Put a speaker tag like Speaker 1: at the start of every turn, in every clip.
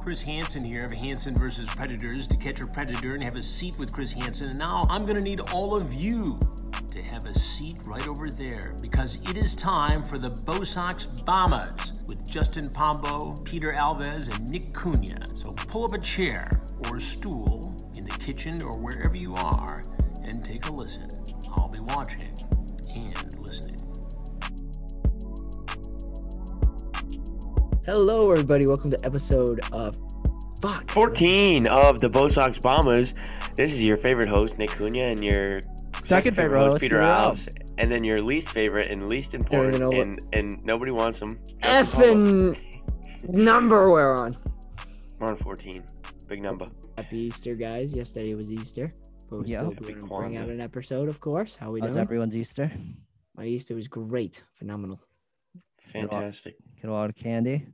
Speaker 1: Chris Hansen here of Hansen versus Predators to catch a predator and have a seat with Chris Hansen. And now I'm going to need all of you to have a seat right over there because it is time for the Bosox Bombers with Justin Pombo, Peter Alves, and Nick Cunha. So pull up a chair or a stool in the kitchen or wherever you are and take a listen. I'll be watching and listening.
Speaker 2: Hello, everybody. Welcome to episode of Fuck.
Speaker 3: 14 of the Bosox Bombers. This is your favorite host, Nick Cunha, and your second,
Speaker 2: favorite host,
Speaker 3: Peter
Speaker 2: Peter
Speaker 3: Alves, and then your least favorite and least important,
Speaker 2: know what-
Speaker 3: and, and nobody wants him.
Speaker 2: Effing number we're on.
Speaker 3: We're on 14. Big number.
Speaker 2: Happy Easter, guys. Yesterday was Easter. But we're
Speaker 4: Yeah.
Speaker 2: still
Speaker 3: Happy
Speaker 2: going to bring out
Speaker 3: Kwanzaa.
Speaker 2: an episode, of course. How we
Speaker 4: How's
Speaker 2: doing?
Speaker 4: everyone's Easter?
Speaker 2: My Easter was great. Phenomenal.
Speaker 3: Fantastic.
Speaker 4: Get a lot of candy.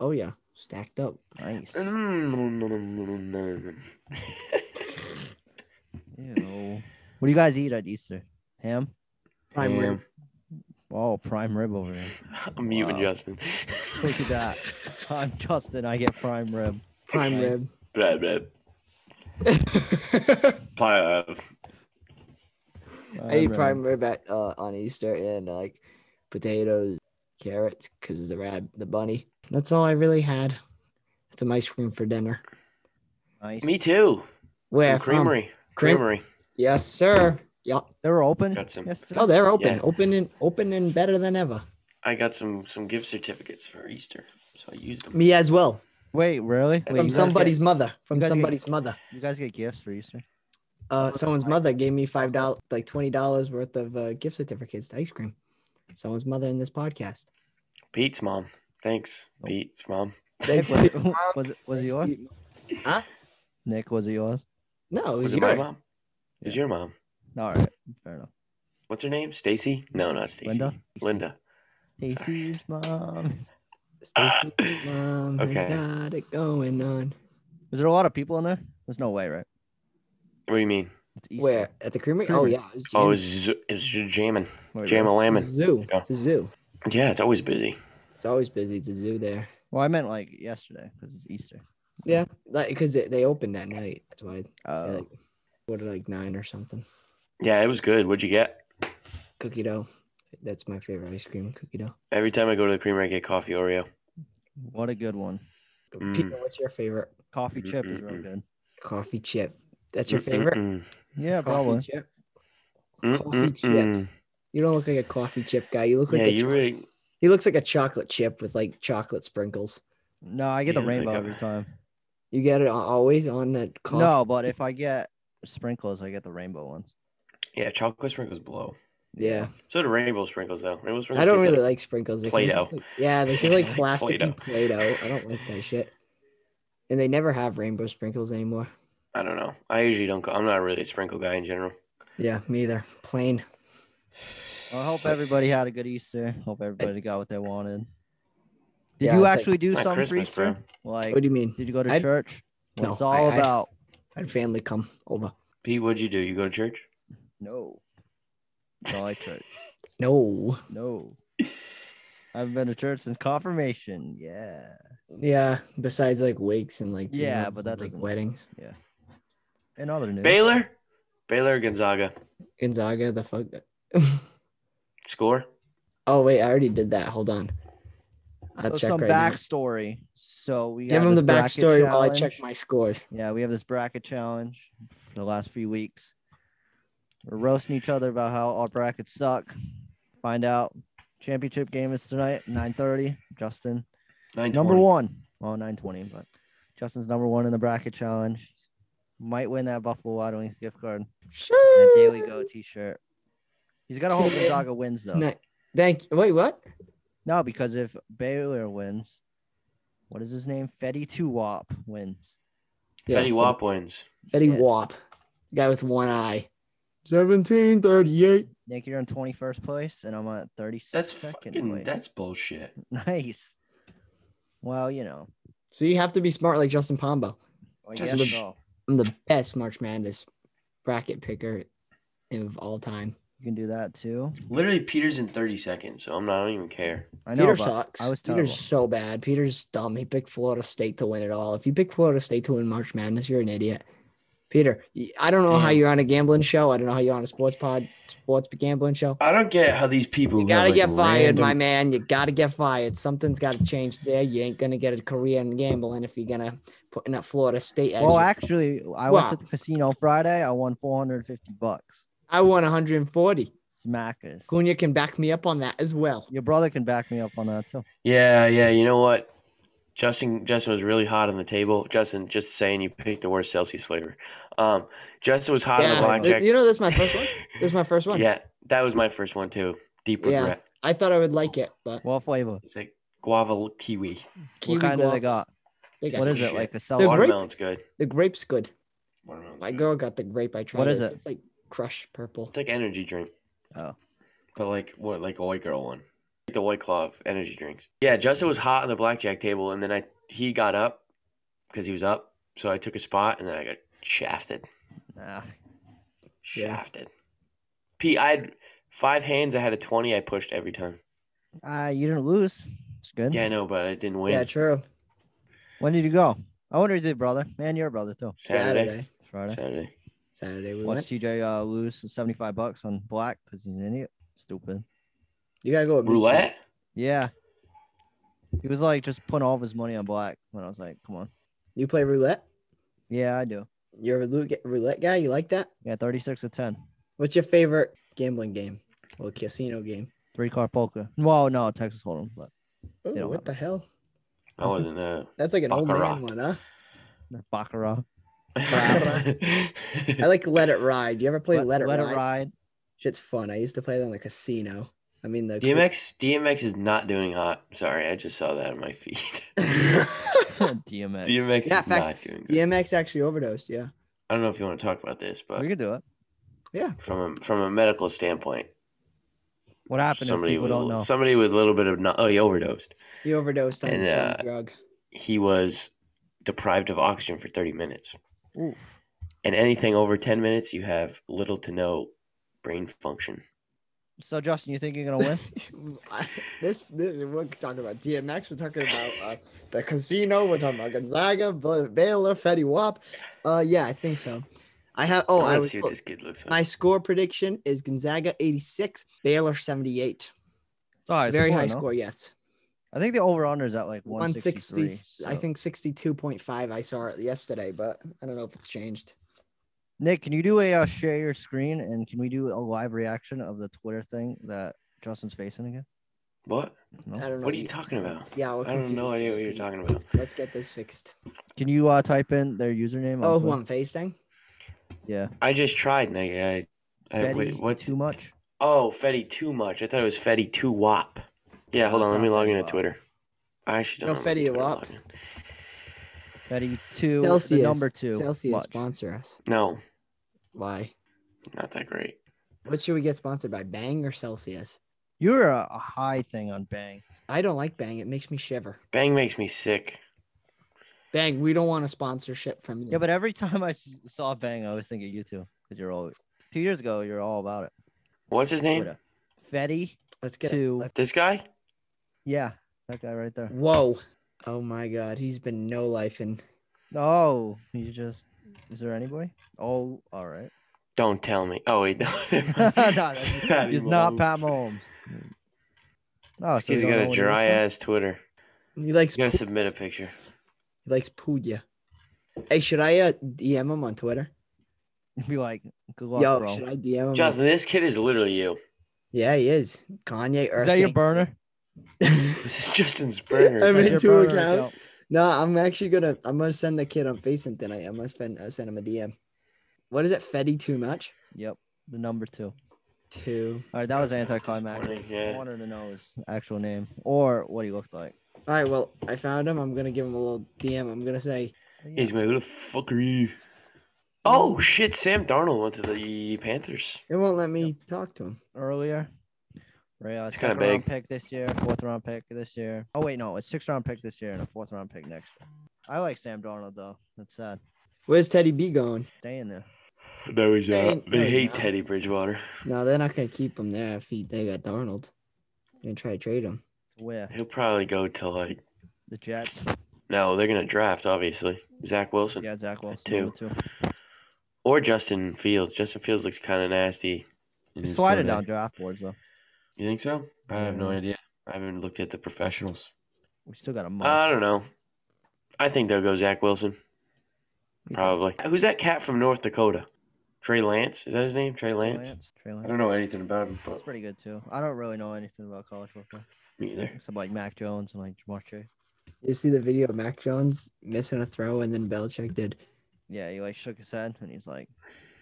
Speaker 2: Oh, yeah. Stacked up.
Speaker 4: Nice.
Speaker 2: Mm.
Speaker 4: Ew. What do you guys eat at Easter? Ham?
Speaker 2: Prime
Speaker 3: Yeah.
Speaker 2: rib.
Speaker 4: Oh, prime rib over here.
Speaker 3: I'm muting
Speaker 4: Wow.
Speaker 3: Justin.
Speaker 4: Look at that. I'm Justin. I get prime rib.
Speaker 2: Prime rib.
Speaker 3: Blah, blah, uh, blah.
Speaker 2: I eat prime rib at, uh, on Easter and like potatoes, carrots, because the rab, the bunny. That's all I really had. That's some ice cream for dinner.
Speaker 4: Nice.
Speaker 3: Me too.
Speaker 2: Where?
Speaker 3: Some creamery.
Speaker 2: Cream-
Speaker 3: Creamery.
Speaker 2: Yes, sir. Yeah.
Speaker 4: They were open
Speaker 3: Got some.
Speaker 4: yesterday.
Speaker 2: Oh, they're open,
Speaker 3: Yeah.
Speaker 2: open and open and better than ever.
Speaker 3: I got some some gift certificates for Easter, so I used them.
Speaker 2: Me as well.
Speaker 4: Wait, really? Wait,
Speaker 3: From
Speaker 4: you
Speaker 2: From
Speaker 4: guys
Speaker 2: somebody's mother. From
Speaker 4: you guys get-
Speaker 2: somebody's mother.
Speaker 4: Get, you guys get gifts for Easter?
Speaker 2: Uh, someone's mother gave me five dollars, like twenty dollars worth of uh, gift certificates to ice cream. Someone's mother in this podcast.
Speaker 3: Pete's mom. Thanks,
Speaker 4: Oh.
Speaker 3: Pete's mom.
Speaker 4: Nick, was, it, was it was it yours?
Speaker 2: Huh?
Speaker 4: Nick, was it yours?
Speaker 2: No, it was,
Speaker 3: Was it my
Speaker 2: yours.
Speaker 3: mom? It was your mom.
Speaker 4: All right. Fair enough.
Speaker 3: What's her name? Stacy? No, not Stacy.
Speaker 4: Linda?
Speaker 3: Linda.
Speaker 4: Stacy's mom.
Speaker 3: Ah,
Speaker 2: Stacy's mom has
Speaker 3: Okay.
Speaker 2: got it going on.
Speaker 4: Was there a lot of people in there? There's no way, right?
Speaker 3: What do you mean?
Speaker 4: It's Easter.
Speaker 2: Where at the creamery? Oh
Speaker 4: Creamery.
Speaker 2: yeah, it was
Speaker 3: Oh, it
Speaker 2: Jam-
Speaker 3: was, z- it was j- jamming.
Speaker 4: Wait,
Speaker 3: Jam a
Speaker 4: really?
Speaker 2: it's a
Speaker 3: lamin.
Speaker 2: zoo.
Speaker 3: Yeah.
Speaker 2: It's a zoo.
Speaker 3: Yeah, it's always busy.
Speaker 2: It's always busy. It's a zoo there.
Speaker 4: Well, I meant like yesterday because it's Easter.
Speaker 2: Yeah, like because they, they opened at night. That's why.
Speaker 4: Oh,
Speaker 2: like, what like nine or something.
Speaker 3: Yeah, it was good. What'd you get?
Speaker 2: cookie dough. That's my favorite ice cream, cookie dough.
Speaker 3: Every time I go to the creamery, I get coffee Oreo.
Speaker 4: what a good one.
Speaker 3: Mm.
Speaker 2: Pino, what's your favorite
Speaker 4: Coffee chip is
Speaker 3: Mm-mm-mm.
Speaker 4: real good.
Speaker 2: coffee chip? That's your favorite
Speaker 3: Mm,
Speaker 4: Yeah,
Speaker 2: coffee
Speaker 4: probably.
Speaker 2: chip.
Speaker 3: mm,
Speaker 2: Coffee
Speaker 3: mm,
Speaker 2: chip.
Speaker 3: mm.
Speaker 2: You don't look like a coffee chip guy. You look like
Speaker 3: Yeah,
Speaker 2: a
Speaker 3: you
Speaker 2: cho-
Speaker 3: really.
Speaker 2: he looks like a chocolate chip with like chocolate sprinkles.
Speaker 4: No, I get
Speaker 3: Yeah,
Speaker 4: the
Speaker 3: like
Speaker 4: rainbow
Speaker 3: a-
Speaker 4: every time.
Speaker 2: You get it al- always on that coffee.
Speaker 4: No, but if I get sprinkles, I get the rainbow ones.
Speaker 3: Yeah, chocolate sprinkles blow.
Speaker 2: Yeah,
Speaker 3: So do rainbow sprinkles though. Rainbow sprinkles.
Speaker 2: I don't
Speaker 3: taste
Speaker 2: really like sprinkles. They taste
Speaker 3: Play-Doh.
Speaker 2: like- yeah, they taste like
Speaker 3: It's like
Speaker 2: plastic and Play-Doh. I don't like that shit. And they never have rainbow sprinkles anymore.
Speaker 3: I don't know. I usually don't. Go, I'm not really a sprinkle guy in general.
Speaker 2: Yeah, me either. Plain.
Speaker 4: Well, I hope everybody had a good Easter. Hope everybody got what they wanted. Did
Speaker 2: Yeah,
Speaker 4: you
Speaker 2: it's like-
Speaker 4: actually do
Speaker 3: It's not
Speaker 4: something for
Speaker 3: Christmas,
Speaker 4: Easter?
Speaker 3: bro.
Speaker 4: Like,
Speaker 2: What do you mean?
Speaker 4: did you go to
Speaker 2: I-
Speaker 4: church? What
Speaker 2: No,
Speaker 4: it's all
Speaker 2: I- I-
Speaker 4: about?
Speaker 2: I had family come over.
Speaker 3: Pete, what'd you do? You go to church?
Speaker 4: No. No, I church.
Speaker 2: No.
Speaker 4: No. I haven't been to church since confirmation. Yeah.
Speaker 2: Yeah, besides like wakes and like
Speaker 4: Yeah,
Speaker 2: funerals
Speaker 4: but
Speaker 2: and,
Speaker 4: that
Speaker 2: like
Speaker 4: doesn't-
Speaker 2: weddings.
Speaker 4: And other news.
Speaker 3: Baylor, Baylor Gonzaga
Speaker 2: Gonzaga, the fuck.
Speaker 3: score.
Speaker 2: oh wait, I already did that. Hold on. I'll
Speaker 4: So
Speaker 2: check
Speaker 4: some
Speaker 2: right now.
Speaker 4: backstory. So we
Speaker 2: Give
Speaker 4: have
Speaker 2: him the
Speaker 4: this bracket
Speaker 2: backstory while I
Speaker 4: challenge.
Speaker 2: check my score.
Speaker 4: Yeah, we have this bracket challenge for the last few weeks. We're roasting each other about how our brackets suck. Find out. Championship game is tonight, 9:30. Justin,
Speaker 3: 920.
Speaker 4: number one. Well, 9:20, but Justin's number one in the bracket challenge. Might win that Buffalo Wild Wings gift card and
Speaker 2: Sure.
Speaker 4: a Daily Go T-shirt. He's got to hope
Speaker 2: Yeah.
Speaker 4: Gonzaga wins though.
Speaker 2: Tonight. Thank. Wait, what?
Speaker 4: No, because if Baylor wins, what is his name? Fetty Tuwop wins.
Speaker 3: Fetty
Speaker 2: Fed-
Speaker 3: Wap wins.
Speaker 2: Fetty
Speaker 4: Yeah.
Speaker 2: Wap, guy with one eye. Seventeen thirty-eight.
Speaker 4: Nick, you're in 21st place, and I'm at 32nd.
Speaker 3: That's fucking.
Speaker 4: place.
Speaker 3: That's bullshit.
Speaker 4: Nice. Well, you know,
Speaker 2: So you have to be smart like Justin Pombo.
Speaker 4: I
Speaker 3: Just-
Speaker 4: guess so.
Speaker 2: I'm the best March Madness bracket picker of all time.
Speaker 4: You can do that too.
Speaker 3: Literally, Peter's in 30 seconds, so I'm not. I don't even care.
Speaker 4: I know.
Speaker 2: Peter
Speaker 4: but
Speaker 2: sucks.
Speaker 4: I was terrible.
Speaker 2: Peter's so bad. Peter's dumb. He picked Florida State to win it all. If you pick Florida State to win March Madness, you're an idiot. Peter, y- I don't know how
Speaker 3: Damn.
Speaker 2: you're on a gambling show. I don't know how you're on a sports pod, sports gambling show.
Speaker 3: I don't get how these people
Speaker 2: You
Speaker 3: who have,
Speaker 2: gotta
Speaker 3: like,
Speaker 2: get fired, my
Speaker 3: random-
Speaker 2: man. You gotta get fired. Something's gotta change there. You ain't gonna get a career in gambling if you're gonna put in a Florida State. as
Speaker 4: Well,
Speaker 2: your-
Speaker 4: actually, I
Speaker 2: Wow.
Speaker 4: went to the casino Friday. I won 450 bucks.
Speaker 2: I won 140.
Speaker 4: Smackers.
Speaker 2: Cunha can back me up on that as well.
Speaker 4: Your brother can back me up on that too.
Speaker 3: Yeah, yeah. You know what? Justin, Justin was really hot on the table. Justin, just saying, you picked the worst Celsius flavor. Um, Justin was hot on
Speaker 2: Yeah,
Speaker 3: the blackjack.
Speaker 2: th- you know, this is my first one. This is my first one.
Speaker 3: yeah, that was my first one too. Deep
Speaker 2: Yeah.
Speaker 3: regret.
Speaker 2: I thought I would like it, but
Speaker 4: What flavor?
Speaker 3: It's like guava kiwi.
Speaker 2: kiwi
Speaker 4: what kind do
Speaker 2: guava,
Speaker 4: they got?
Speaker 2: they got
Speaker 4: What is
Speaker 3: some
Speaker 4: it
Speaker 3: shit.
Speaker 4: like? A
Speaker 2: The
Speaker 4: celery?
Speaker 2: grape-
Speaker 3: Watermelon's good.
Speaker 2: the grapes good.
Speaker 3: Watermelon's
Speaker 2: My
Speaker 3: good.
Speaker 2: girl got the grape. I tried.
Speaker 4: What is it?
Speaker 2: It's like crushed purple.
Speaker 3: It's like energy drink.
Speaker 4: Oh.
Speaker 3: But like what like a white girl one. Like the white claw of energy drinks. Yeah, Justin was hot on the blackjack table and then I he got up because he was up. So I took a spot and then I got shafted.
Speaker 4: Nah.
Speaker 2: Yeah.
Speaker 3: Shafted. Pete, I had five hands, I had a twenty I pushed every time.
Speaker 4: Ah, you didn't lose. It's good.
Speaker 3: Yeah, I know, but I didn't win.
Speaker 2: Yeah, true.
Speaker 4: When did you go? I wonder if you did, brother. Man, you're a brother too.
Speaker 3: Saturday.
Speaker 2: Saturday.
Speaker 4: Friday.
Speaker 3: Saturday.
Speaker 2: Saturday we
Speaker 4: Watch
Speaker 2: went.
Speaker 4: TJ uh, lose 75 bucks on black because he's an idiot. Stupid.
Speaker 2: You gotta go with me.
Speaker 3: Roulette?
Speaker 4: Yeah. He was like just putting all of his money on black when I was like, come on.
Speaker 2: You play roulette.
Speaker 4: Yeah, I do.
Speaker 2: You're a roulette- roulette guy. You like that?
Speaker 4: Yeah, 36 to 10.
Speaker 2: What's your favorite gambling game? Well, casino game.
Speaker 4: Three card poker. Well, no, Texas Hold'em, but
Speaker 2: Ooh,
Speaker 4: don't
Speaker 2: what
Speaker 4: have
Speaker 2: the hell?
Speaker 3: I wasn't uh
Speaker 2: That's like an old man
Speaker 3: Baccarat.
Speaker 2: one, huh?
Speaker 4: Baccarat.
Speaker 2: I like Let It Ride. You ever play Let, It Ride?
Speaker 4: It ride.
Speaker 2: Shit's fun. I used to play that on the casino. I mean the
Speaker 3: DMX DMX is not doing hot. Sorry, I just saw that on my feed.
Speaker 4: DMX.
Speaker 3: DMX
Speaker 2: Yeah,
Speaker 3: is
Speaker 2: facts.
Speaker 3: not doing good.
Speaker 2: DMX actually overdosed. Yeah.
Speaker 3: I don't know if you want to talk about this, but
Speaker 4: We could do it.
Speaker 3: from a, from a medical standpoint,
Speaker 4: What happened?
Speaker 3: somebody
Speaker 4: if people
Speaker 3: with
Speaker 4: don't know.
Speaker 3: somebody with a little bit of no- oh he overdosed.
Speaker 2: He overdosed on
Speaker 3: And,
Speaker 2: some
Speaker 3: uh,
Speaker 2: drug.
Speaker 3: He was deprived of oxygen for 30 minutes,
Speaker 4: Oof.
Speaker 3: and anything over 10 minutes, you have little to no brain function.
Speaker 4: So, Justin, you think you're gonna win?
Speaker 2: I- this, this we're talking about DMX. We're talking about uh, the casino. We're talking about Gonzaga, Ba- Baylor, Fetty Wap. Uh, yeah, I think so. I have. Oh,
Speaker 3: I
Speaker 2: I
Speaker 3: want to
Speaker 2: was.
Speaker 3: see what this kid looks
Speaker 2: My
Speaker 3: like.
Speaker 2: score prediction is Gonzaga 86, Baylor 78.
Speaker 4: It's all right.
Speaker 2: Very
Speaker 4: score,
Speaker 2: high
Speaker 4: no?
Speaker 2: score, yes.
Speaker 4: oh. I think the over under is at like 160.
Speaker 2: 160. I
Speaker 4: so-
Speaker 2: think 62.5. I saw it yesterday, but I don't know if it's changed.
Speaker 4: Nick, can you do a uh, share your screen and can we do a live reaction of the Twitter thing that Justin's facing again?
Speaker 3: What?
Speaker 2: I
Speaker 4: No?
Speaker 2: don't know.
Speaker 3: What are you talking about?
Speaker 2: Yeah, we're
Speaker 3: I don't have no
Speaker 2: confused.
Speaker 3: idea what you're talking about.
Speaker 2: Let's get this fixed.
Speaker 4: Can you uh, type in their username? on
Speaker 2: Oh, who
Speaker 4: Twitter?
Speaker 2: I'm facing?
Speaker 4: yeah.
Speaker 3: I just tried, and I, I, I
Speaker 4: Betty,
Speaker 3: wait. What's
Speaker 4: too much?
Speaker 3: Oh, Fetty too much. I thought it was Fetty too wop. Yeah, hold
Speaker 4: No,
Speaker 3: on.
Speaker 4: it's
Speaker 3: Let me
Speaker 4: not
Speaker 3: log
Speaker 4: Fetty
Speaker 3: into
Speaker 4: Wap.
Speaker 3: Twitter. I actually don't
Speaker 2: No,
Speaker 3: know my
Speaker 2: Fetty
Speaker 3: Twitter
Speaker 2: Wap.
Speaker 3: login.
Speaker 4: Betty two. the
Speaker 2: Celsius.
Speaker 4: number two.
Speaker 2: Celsius
Speaker 4: much.
Speaker 2: sponsor us.
Speaker 3: No,
Speaker 2: Why?
Speaker 3: not that great.
Speaker 2: What should we get sponsored by? Bang or Celsius?
Speaker 4: You're a a high thing on Bang.
Speaker 2: I don't like Bang. It makes me shiver.
Speaker 3: Bang makes me sick.
Speaker 2: Bang, we don't want a sponsorship from you.
Speaker 4: Yeah, but every time I s- saw Bang, I always think of you two because you're all two years ago. You're all about it.
Speaker 3: What's his name?
Speaker 4: Twitter. Fetty
Speaker 2: let's get
Speaker 4: two.
Speaker 3: This guy?
Speaker 4: Yeah, that guy right there.
Speaker 2: Whoa. Oh my God. He's been no life in.
Speaker 4: No, you just. Is there anybody? Oh, all right.
Speaker 3: Don't tell me. Oh wait, no.
Speaker 4: no, no,
Speaker 3: It's
Speaker 4: he's he's not Pat Mahomes. Oh,
Speaker 3: He's
Speaker 4: we don't
Speaker 3: got
Speaker 4: know
Speaker 3: a
Speaker 4: what he
Speaker 3: dry
Speaker 4: looks
Speaker 3: ass Twitter.
Speaker 2: He likes
Speaker 3: He's gonna submit a picture.
Speaker 2: He likes Puya. Hey, should I uh, DM him on Twitter?
Speaker 4: like. Be like, good luck,
Speaker 2: Yo,
Speaker 4: bro.
Speaker 2: should I DM him?
Speaker 4: Um,
Speaker 2: on-
Speaker 3: Justin, this kid is literally you.
Speaker 2: Yeah, he is. Kanye
Speaker 4: Is that your
Speaker 2: Earth.
Speaker 4: burner?
Speaker 3: This is Justin's
Speaker 2: I
Speaker 3: burner.
Speaker 2: mean-
Speaker 4: That's
Speaker 2: made
Speaker 4: your
Speaker 2: two
Speaker 4: burner
Speaker 2: accounts. no, I'm actually gonna. I'm gonna send the kid on Facing tonight. I must send, uh, send him a DM. What is it? Fetty too much?
Speaker 4: Yep, the number two.
Speaker 2: Too.
Speaker 4: All right, that was
Speaker 3: That's kinda
Speaker 4: anticlimactic.
Speaker 3: disappointing, yeah.
Speaker 4: I wanted to know his actual name or what he looked like.
Speaker 2: All right. Well, I found him. I'm gonna give him a little DM. I'm gonna say,
Speaker 3: He's going, who the fuck are you? Oh shit, Sam Darnold went to the Panthers.
Speaker 2: it won't let me talk to him.
Speaker 4: earlier. Right, uh,
Speaker 3: It's kinda
Speaker 4: second
Speaker 3: big.
Speaker 4: round pick this year, fourth round pick this year. Oh wait, no, it's sixth round pick this year and a fourth round pick next year. I like Sam Darnold though. That's sad.
Speaker 2: Where's Teddy B going?
Speaker 4: Stay in there.
Speaker 3: No, he's not.
Speaker 2: Ain't
Speaker 3: They
Speaker 2: no
Speaker 3: hate
Speaker 2: doubt.
Speaker 3: Teddy Bridgewater.
Speaker 2: No, they're not gonna keep him there if he, they got Darnold. They're gonna try to trade him.
Speaker 4: Where
Speaker 3: He'll probably go to like
Speaker 4: the Jets?
Speaker 3: no. They're gonna draft obviously Zach Wilson
Speaker 4: Yeah, Zach Wilson.
Speaker 3: two.
Speaker 4: number Two.
Speaker 3: or Justin Fields. Justin Fields looks kind of nasty.
Speaker 4: He's sliding down draft boards though.
Speaker 3: You think so? I have no
Speaker 4: Yeah.
Speaker 3: idea. I haven't looked at the professionals.
Speaker 4: We still got a month.
Speaker 3: I don't know. I think they'll go Zach Wilson.
Speaker 4: You
Speaker 3: Probably. Who's that cat from North Dakota? Trey Lance? Is that his name? Trey
Speaker 4: think
Speaker 3: Lance?
Speaker 4: Trey
Speaker 3: I
Speaker 4: Lance.
Speaker 3: don't know anything about him, but
Speaker 4: That's pretty good too. I don't really know anything about college football
Speaker 3: me either.
Speaker 4: except like Mac Jones and like Jamar Chase.
Speaker 2: You see the video of Mac Jones missing a throw and then Belichick did
Speaker 4: Yeah, he like shook his head and he's like,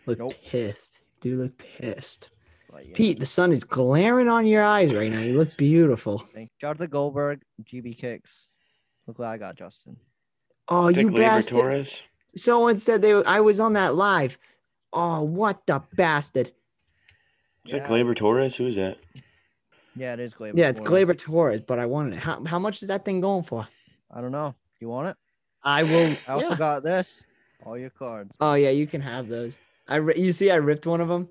Speaker 2: look
Speaker 4: Nope.
Speaker 2: pissed. Dude looked pissed.
Speaker 4: like yeah.
Speaker 2: Pete, the sun is glaring on your eyes right now. You look beautiful.
Speaker 4: Thank Jonathan Goldberg, GB kicks. Look what I got, Justin.
Speaker 2: Oh,
Speaker 3: Dick
Speaker 2: you
Speaker 3: Labor
Speaker 2: bastard.
Speaker 3: Torres.
Speaker 2: Someone said they I was on that live. Oh, what the bastard.
Speaker 3: Is
Speaker 4: Yeah.
Speaker 3: that Glaber Torres? Who is that?
Speaker 4: Yeah, it is Glaber.
Speaker 2: Yeah, it's
Speaker 4: Torres.
Speaker 2: Glaber Torres, but I wanted it. How, how much is that thing going for?
Speaker 4: I don't know. You want it?
Speaker 2: I will.
Speaker 4: I also
Speaker 2: yeah.
Speaker 4: got this. All your cards.
Speaker 2: Oh yeah, you can have those. I ri- you see, I ripped one of them.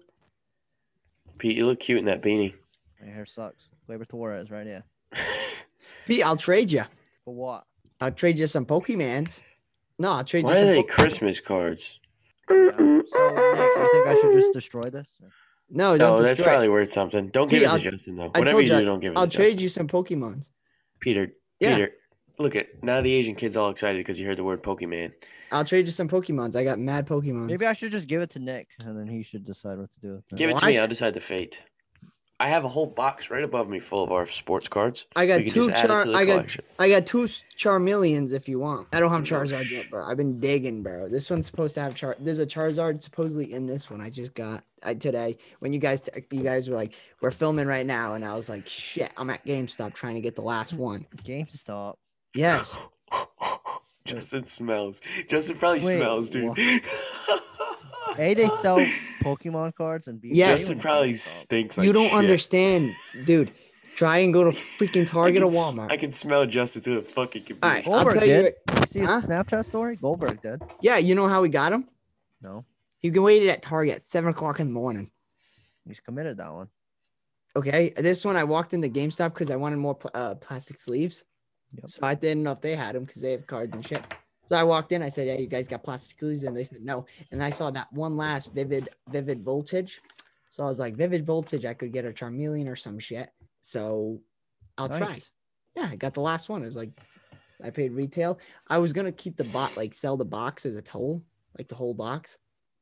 Speaker 3: Pete, you look cute in that beanie.
Speaker 4: My hair sucks. Glaber Torres right here.
Speaker 2: Pete, I'll trade you.
Speaker 4: For what?
Speaker 2: I'll trade you some Pokemans. No, I'll trade you.
Speaker 3: Why are
Speaker 2: Some
Speaker 3: they
Speaker 2: Poke-
Speaker 3: Christmas cards?
Speaker 4: Yeah. So, Nick, you think I should just destroy this?
Speaker 2: no, don't
Speaker 3: No, Oh, that's
Speaker 2: destroy it.
Speaker 3: probably worth something. Don't give
Speaker 2: Pete,
Speaker 3: it
Speaker 2: I'll-
Speaker 3: to Justin though.
Speaker 2: I
Speaker 3: Whatever
Speaker 2: told
Speaker 3: you
Speaker 2: you,
Speaker 3: do, don't give it.
Speaker 2: I'll
Speaker 3: to
Speaker 2: trade
Speaker 3: Justin.
Speaker 2: you some Pokemons.
Speaker 3: Peter.
Speaker 2: Yeah.
Speaker 3: Peter. Look at now the Asian kid's all excited because he heard the word Pokemon.
Speaker 2: I'll trade you some Pokemons. I got mad Pokemons.
Speaker 4: Maybe I should just give it to Nick and then he should decide what to do with it.
Speaker 3: Give it to me.
Speaker 2: What?
Speaker 3: I'll decide the fate. I have a whole box right above me full of our sports cards.
Speaker 2: I got
Speaker 3: We can
Speaker 2: two
Speaker 3: just add it
Speaker 2: Char.
Speaker 3: to the
Speaker 2: I got
Speaker 3: collection.
Speaker 2: I got two s- Charmeleons if you want. I don't have
Speaker 3: No
Speaker 2: Charizard
Speaker 3: sh-
Speaker 2: yet, bro. I've been digging, bro. This one's supposed to have Char. There's a Charizard supposedly in this one. I just got I, today when you guys t- you guys were like we're filming right now, and I was like shit. I'm at GameStop trying to get the last one.
Speaker 4: GameStop.
Speaker 2: Yes,
Speaker 3: Justin smells. Justin probably
Speaker 4: Wait,
Speaker 3: smells, dude.
Speaker 4: what? A, they sell Pokemon cards and B. Oh,
Speaker 2: Yeah.
Speaker 4: they
Speaker 3: Justin
Speaker 4: went
Speaker 3: probably
Speaker 4: GameStop.
Speaker 3: stinks. Like
Speaker 2: you don't
Speaker 3: shit.
Speaker 2: understand, dude. Try and go to freaking
Speaker 3: I
Speaker 2: Target
Speaker 3: can
Speaker 2: or
Speaker 3: s-
Speaker 2: Walmart.
Speaker 3: I can smell Justin through the fucking computer.
Speaker 2: All right, I'll
Speaker 4: Goldberg
Speaker 2: tell you.
Speaker 4: did. You see his
Speaker 2: Huh?
Speaker 4: Snapchat story? Goldberg did.
Speaker 2: Yeah, you know how we got him?
Speaker 4: No,
Speaker 2: He waited at Target at seven o'clock in the morning.
Speaker 4: he's committed that one.
Speaker 2: Okay, this one I walked into GameStop because I wanted more pl- uh, plastic sleeves.
Speaker 4: Yep.
Speaker 2: So I didn't know if they had them because they have cards and shit. So I walked in. I said, "Yeah, you guys got plastic sleeves?" And they said, "No." And I saw that one last vivid, vivid voltage. So I was like, "Vivid voltage, I could get a Charmeleon or some shit." So I'll try.
Speaker 4: Nice.
Speaker 2: Yeah, I got the last one. It was like I paid retail. I was gonna keep the bot, like sell the box as a total, like the whole box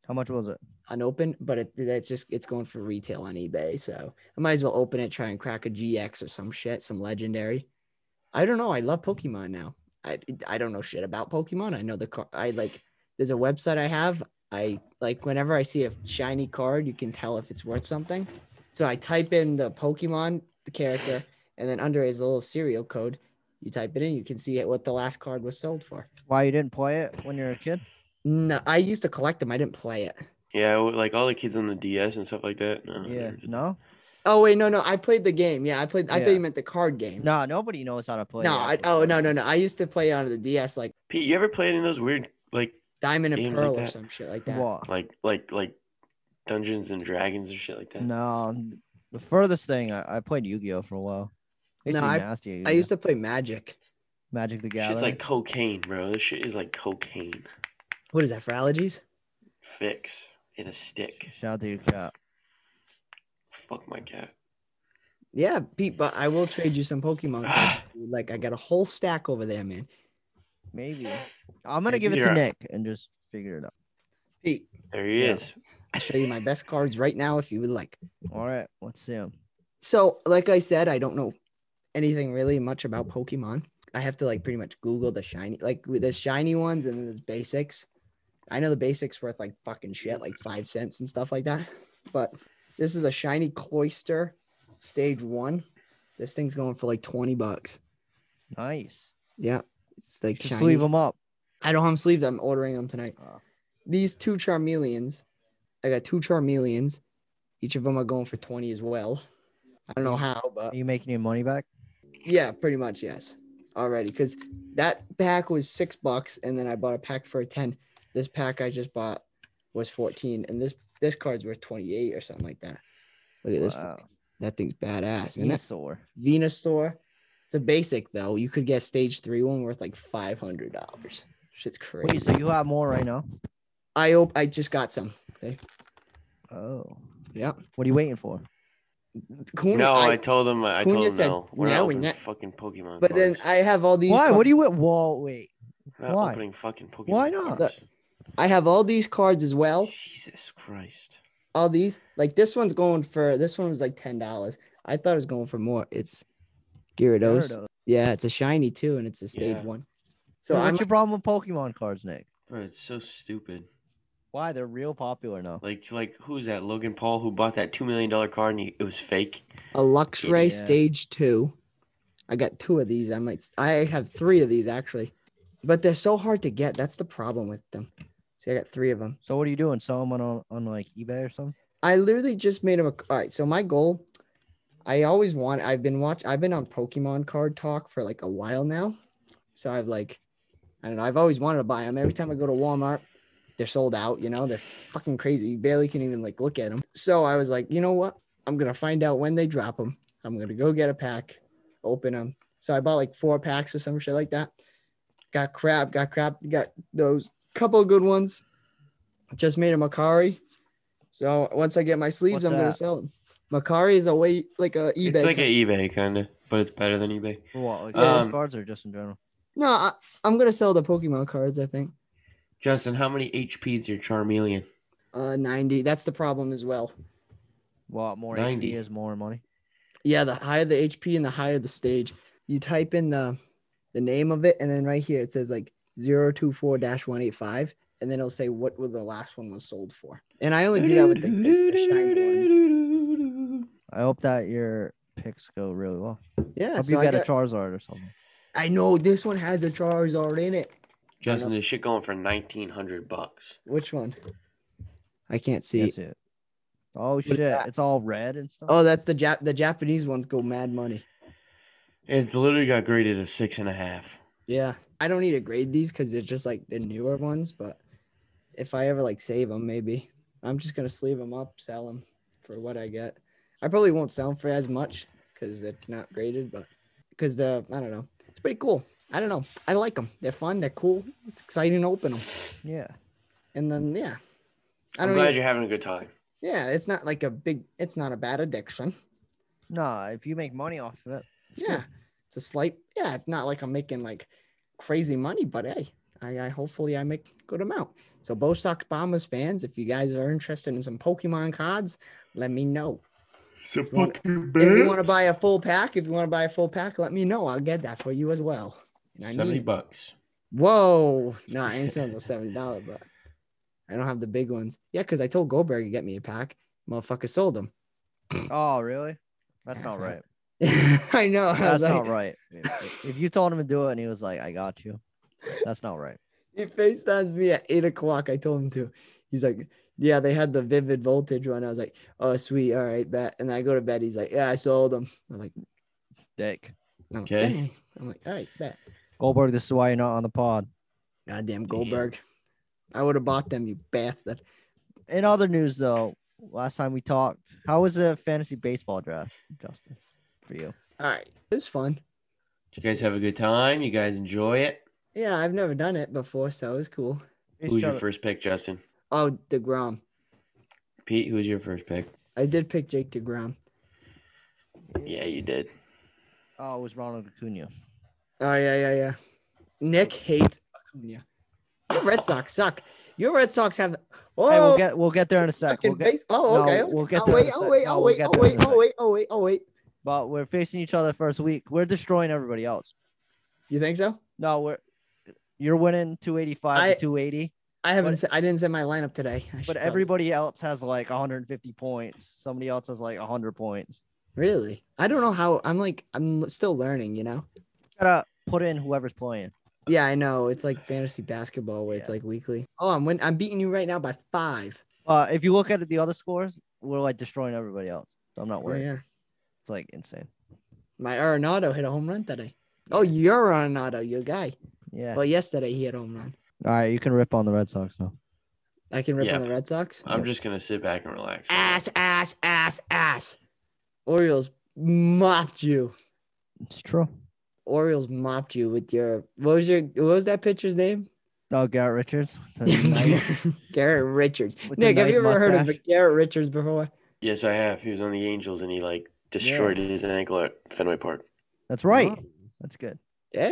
Speaker 4: How much was it?
Speaker 2: unopened, but it, that's just it's going for retail on eBay. So I might as well open it, try and crack a GX or some shit, some legendary. I don't know. I love Pokemon now. I I don't know shit about Pokemon. I know the car. I like. There's a website I have. I like whenever I see a shiny card, you can tell if it's worth something. So I type in the Pokemon, the character, and then under is a little serial code. You type it in, you can see what the last card was sold for.
Speaker 4: Why you didn't play it when you were a kid?
Speaker 2: No, I used to collect them. I didn't play it.
Speaker 3: Yeah, well, like all the kids on the DS and stuff like that. No, I
Speaker 4: Yeah.
Speaker 3: never did.
Speaker 4: No.
Speaker 2: Oh wait, no, no, I played the game. Yeah, I played. I
Speaker 4: Yeah.
Speaker 2: thought you meant the card game. No,
Speaker 4: No. Nobody knows how to play. the
Speaker 2: I,
Speaker 4: actual
Speaker 2: oh
Speaker 4: card.
Speaker 2: no, no, no. I used to play on the DS like
Speaker 3: Pete, you ever play any of those weird like
Speaker 2: Diamond and
Speaker 3: Games like
Speaker 2: Pearl or
Speaker 3: that.
Speaker 2: some shit like that.
Speaker 4: What?
Speaker 3: like like like Dungeons and Dragons and shit like that?
Speaker 4: No. The furthest thing I, I played Yu-Gi-Oh for a while. It's
Speaker 2: No,
Speaker 4: no,
Speaker 2: I-
Speaker 4: nasty.
Speaker 2: I used to play Magic.
Speaker 4: Magic the
Speaker 3: This
Speaker 4: Gathering.
Speaker 3: shit's like cocaine, bro. This shit is like cocaine.
Speaker 2: What is that for allergies?
Speaker 3: Fix in a stick.
Speaker 4: Shout out to your cat.
Speaker 3: Fuck my cat.
Speaker 2: Yeah, Pete. But I will trade you some Pokemon. cards, dude. like I got a whole stack over there, man.
Speaker 4: Maybe. I'm gonna give it
Speaker 3: You're-
Speaker 4: to Nick and just figure it out.
Speaker 2: Pete,
Speaker 3: There he
Speaker 4: Yeah.
Speaker 3: is.
Speaker 2: I'll show you my best cards right now if you would like.
Speaker 4: All right. Let's see him.
Speaker 2: So, like I said, I don't know anything really much about Pokemon. I have to like pretty much Google the shiny, like with the shiny ones and then the basics. I know the basics worth like fucking shit, like five cents and stuff like that. But this is a shiny cloister, stage one. This thing's going for like twenty bucks.
Speaker 4: Nice.
Speaker 2: Yeah, it's like
Speaker 4: Just
Speaker 2: shiny.
Speaker 4: leave him up.
Speaker 2: I don't have them sleeved. I'm ordering them tonight.
Speaker 4: Oh.
Speaker 2: These two Charmeleons, I got two Charmeleons. Each of them are going for twenty as well. I don't know how, but
Speaker 4: Are you making your money back?
Speaker 2: Yeah, pretty much, yes. Already, because that pack was six bucks, and then I bought a pack for a ten. This pack I just bought was 14, and this this card's worth 28 or something like that. Look at this.
Speaker 4: Wow.
Speaker 2: That thing's badass. And that
Speaker 4: Venusaur.
Speaker 2: Venusaur, it's a basic though. You could get stage three one worth like five hundred dollars. Shit's crazy.
Speaker 4: Wait, so you have more right now?
Speaker 2: I hope I just got some.
Speaker 4: Oh.
Speaker 2: Yeah.
Speaker 4: What are you waiting for?
Speaker 2: Cool.
Speaker 3: no, I,
Speaker 2: I-
Speaker 3: told him. I
Speaker 2: Cunha
Speaker 3: told him
Speaker 2: said
Speaker 3: no. We're
Speaker 2: no,
Speaker 3: not
Speaker 2: and
Speaker 3: opening
Speaker 2: that-
Speaker 3: fucking Pokemon.
Speaker 2: but then
Speaker 3: cards.
Speaker 2: I have all these.
Speaker 4: Why?
Speaker 2: cards-
Speaker 4: What do you wait? Whoa, wait.
Speaker 3: We're not
Speaker 4: why?
Speaker 3: opening fucking Pokemon.
Speaker 4: Why not?
Speaker 3: cards.
Speaker 2: I have all these cards as well.
Speaker 3: Jesus Christ.
Speaker 2: all these like this one's going for this one was like ten dollars. I thought it was going for more. It's Gyarados.
Speaker 4: Gyarados.
Speaker 2: Yeah, it's a shiny too, and it's a stage
Speaker 3: Yeah.
Speaker 2: one.
Speaker 4: So
Speaker 2: So I'm
Speaker 4: what's your problem with Pokemon cards, Nick?
Speaker 3: Bro, it's so stupid.
Speaker 4: Why they're real popular now?
Speaker 3: Like, like who's that? Logan Paul who bought that two million dollar card and he, it was fake.
Speaker 2: a Luxray
Speaker 4: Yeah.
Speaker 2: stage two. I got two of these. I might I have three of these actually. But they're so hard to get. That's the problem with them. See, I got three of them.
Speaker 4: So what are you doing? Selling them on, on like eBay or something?
Speaker 2: I literally just made him a. All right, so my goal, I always want. I've been watch. I've been on Pokemon card talk for like a while now, so I've like, I don't know. I've always wanted to buy them. Every time I go to Walmart, they're sold out. You know, they're fucking crazy. You barely can even like look at them. So I was like, you know what? I'm gonna find out when they drop them. I'm gonna go get a pack, open them. So I bought like four packs or some shit like that. Got crap. Got crap. Got those couple of good ones. Just made a Makari. So once I get my sleeves,
Speaker 4: What's
Speaker 2: I'm gonna
Speaker 4: that?
Speaker 2: sell them. Makari is a way like a eBay.
Speaker 3: it's like
Speaker 2: kind-
Speaker 3: an eBay kind of, but it's better than eBay.
Speaker 4: For what? Like
Speaker 3: Um,
Speaker 4: those cards or just in general?
Speaker 2: no, I, I'm gonna sell the Pokemon cards. I think
Speaker 3: Justin, how many HPs your Charmeleon?
Speaker 2: uh 90. That's the problem as well.
Speaker 4: Well, more
Speaker 3: 90.
Speaker 4: HP is more money.
Speaker 2: Yeah, the higher the HP and the higher the stage. You type in the the name of it, and then right here it says like 024-185, and then it'll say what were the last one was sold for. And I only do that with the, the, the shiny ones.
Speaker 4: I hope that your picks go really well. I
Speaker 2: Yeah,
Speaker 4: hope
Speaker 2: so
Speaker 4: you
Speaker 2: I,
Speaker 4: get a
Speaker 2: got-
Speaker 4: Charizard or something.
Speaker 2: I know this one has a Charizard in it.
Speaker 3: Justin, this shit going for nineteen hundred bucks.
Speaker 2: Which one? I can't see.
Speaker 4: That's it. Oh shit!
Speaker 2: that?
Speaker 4: It's all red and stuff.
Speaker 2: Oh, that's the Jap- the Japanese ones go mad money.
Speaker 3: It's literally got graded a six and a half.
Speaker 2: Yeah, I don't need to grade these because they're just like the newer ones. But if I ever like save them, maybe I'm just gonna sleeve them up, sell them for what I get. I probably won't sell them for as much because they're not graded, but because the I don't know, it's pretty cool. I don't know, I like them. They're fun. They're cool. It's exciting to open them.
Speaker 4: yeah.
Speaker 2: And then yeah, I
Speaker 3: I'm
Speaker 2: don't.
Speaker 3: glad
Speaker 2: even-
Speaker 3: you're having a good time.
Speaker 2: yeah, it's not like a big. It's not a bad addiction.
Speaker 4: Nah, if you make money off of it, it's
Speaker 2: Yeah, it's a slight. Yeah, it's not like I'm making like crazy money, but hey, I, I hopefully I make a good amount. So, Bosox Bombers fans, if you guys are interested in some Pokemon cards, let me know.
Speaker 3: So
Speaker 2: wanna-
Speaker 3: fucking
Speaker 2: If you want to buy a full pack, if you want to buy a full pack, let me know. I'll get that for you as well. And I
Speaker 3: seventy
Speaker 2: need,
Speaker 3: bucks.
Speaker 2: whoa, no, I ain't selling those seventy dollars, but I don't have the big ones. Yeah, because I told Goldberg to get me a pack. Motherfucker sold them.
Speaker 4: good. Oh really? That's
Speaker 2: Yeah,
Speaker 4: not
Speaker 2: so-
Speaker 4: right.
Speaker 2: I know. I was
Speaker 4: That's
Speaker 2: like-
Speaker 4: not right. If if you told him to do it and he was like, "I got you," that's not right.
Speaker 2: He FaceTimes me at eight o'clock. I told him to. He's like, Yeah, they had the vivid voltage one. I was like, Oh, sweet. All right, bet. And I go to bed. He's like, Yeah, I sold them. I'm like,
Speaker 4: Dick
Speaker 2: I'm like,
Speaker 3: Okay.
Speaker 2: "Dang." I'm like, All right, bet.
Speaker 4: Goldberg, this is why you're not on the pod.
Speaker 2: Goddamn Goldberg. I would have bought them, you bastard.
Speaker 4: In other news, though, last time we talked, how was the fantasy baseball draft, Justin, for you?
Speaker 2: All right. It was fun.
Speaker 3: Did you guys have a good time? You guys enjoy it?
Speaker 2: Yeah, I've never done it before, so it was cool.
Speaker 3: Who was your first pick, Justin?
Speaker 2: Oh, DeGrom.
Speaker 3: Pete, who was your first pick?
Speaker 2: I did pick Jake DeGrom.
Speaker 3: Yeah, you did.
Speaker 4: Oh, it was Ronald Acuna.
Speaker 2: Oh, yeah, yeah, yeah. Nick hates Acuna. Your Red Sox suck. Your Red Sox have. Oh,
Speaker 4: Hey, we'll get we'll get there in a sec.
Speaker 2: Fucking
Speaker 4: We'll get,
Speaker 2: base- Oh,
Speaker 4: No,
Speaker 2: okay.
Speaker 4: we'll get
Speaker 2: I'll
Speaker 4: there in
Speaker 2: wait.
Speaker 4: a
Speaker 2: I'll
Speaker 4: sec.
Speaker 2: wait.
Speaker 4: No,
Speaker 2: I'll
Speaker 4: we'll
Speaker 2: wait.
Speaker 4: get
Speaker 2: I'll
Speaker 4: there
Speaker 2: wait.
Speaker 4: in a
Speaker 2: I'll
Speaker 4: sec.
Speaker 2: wait. I'll wait. I'll wait.
Speaker 4: but we're facing each other first week. We're destroying everybody else.
Speaker 2: You think so?
Speaker 4: No, we're you're winning 285
Speaker 2: I-
Speaker 4: to 280,
Speaker 2: I haven't.
Speaker 4: But-
Speaker 2: se- I didn't send my lineup today. I should
Speaker 4: but everybody else has like 150 points. Somebody else has like 100 points.
Speaker 2: probably- really. I don't know how. I'm like. I'm l- still learning. You know.
Speaker 4: Gotta put in whoever's playing.
Speaker 2: Yeah, I know. It's like fantasy basketball where it's
Speaker 4: Yeah.
Speaker 2: like weekly. Oh, I'm win- I'm beating you right now by five.
Speaker 4: Uh, if you look at the other scores, we're like destroying everybody else. So I'm not
Speaker 2: Oh,
Speaker 4: worried.
Speaker 2: yeah.
Speaker 4: It's like insane.
Speaker 2: My Arenado hit a home run today. Oh, you're Arenado, your guy.
Speaker 4: Yeah.
Speaker 2: Well, yesterday he hit a home run.
Speaker 4: All right, you can rip on the Red Sox now.
Speaker 2: I can rip
Speaker 3: Yeah.
Speaker 2: on the Red Sox.
Speaker 3: I'm just gonna sit back and relax.
Speaker 2: Ass, ass, ass, ass. Orioles mopped you.
Speaker 4: It's true.
Speaker 2: Orioles mopped you with your what was your what was that pitcher's name?
Speaker 4: Oh, Garrett Richards. with the nice-
Speaker 2: Garrett Richards.
Speaker 4: With the
Speaker 2: Nick, have
Speaker 4: nice
Speaker 2: you ever heard
Speaker 4: mustache.
Speaker 2: of Garrett Richards before?
Speaker 3: Yes, I have. He was on the Angels and he like destroyed his ankle at Fenway Park.
Speaker 4: That's right. That's good.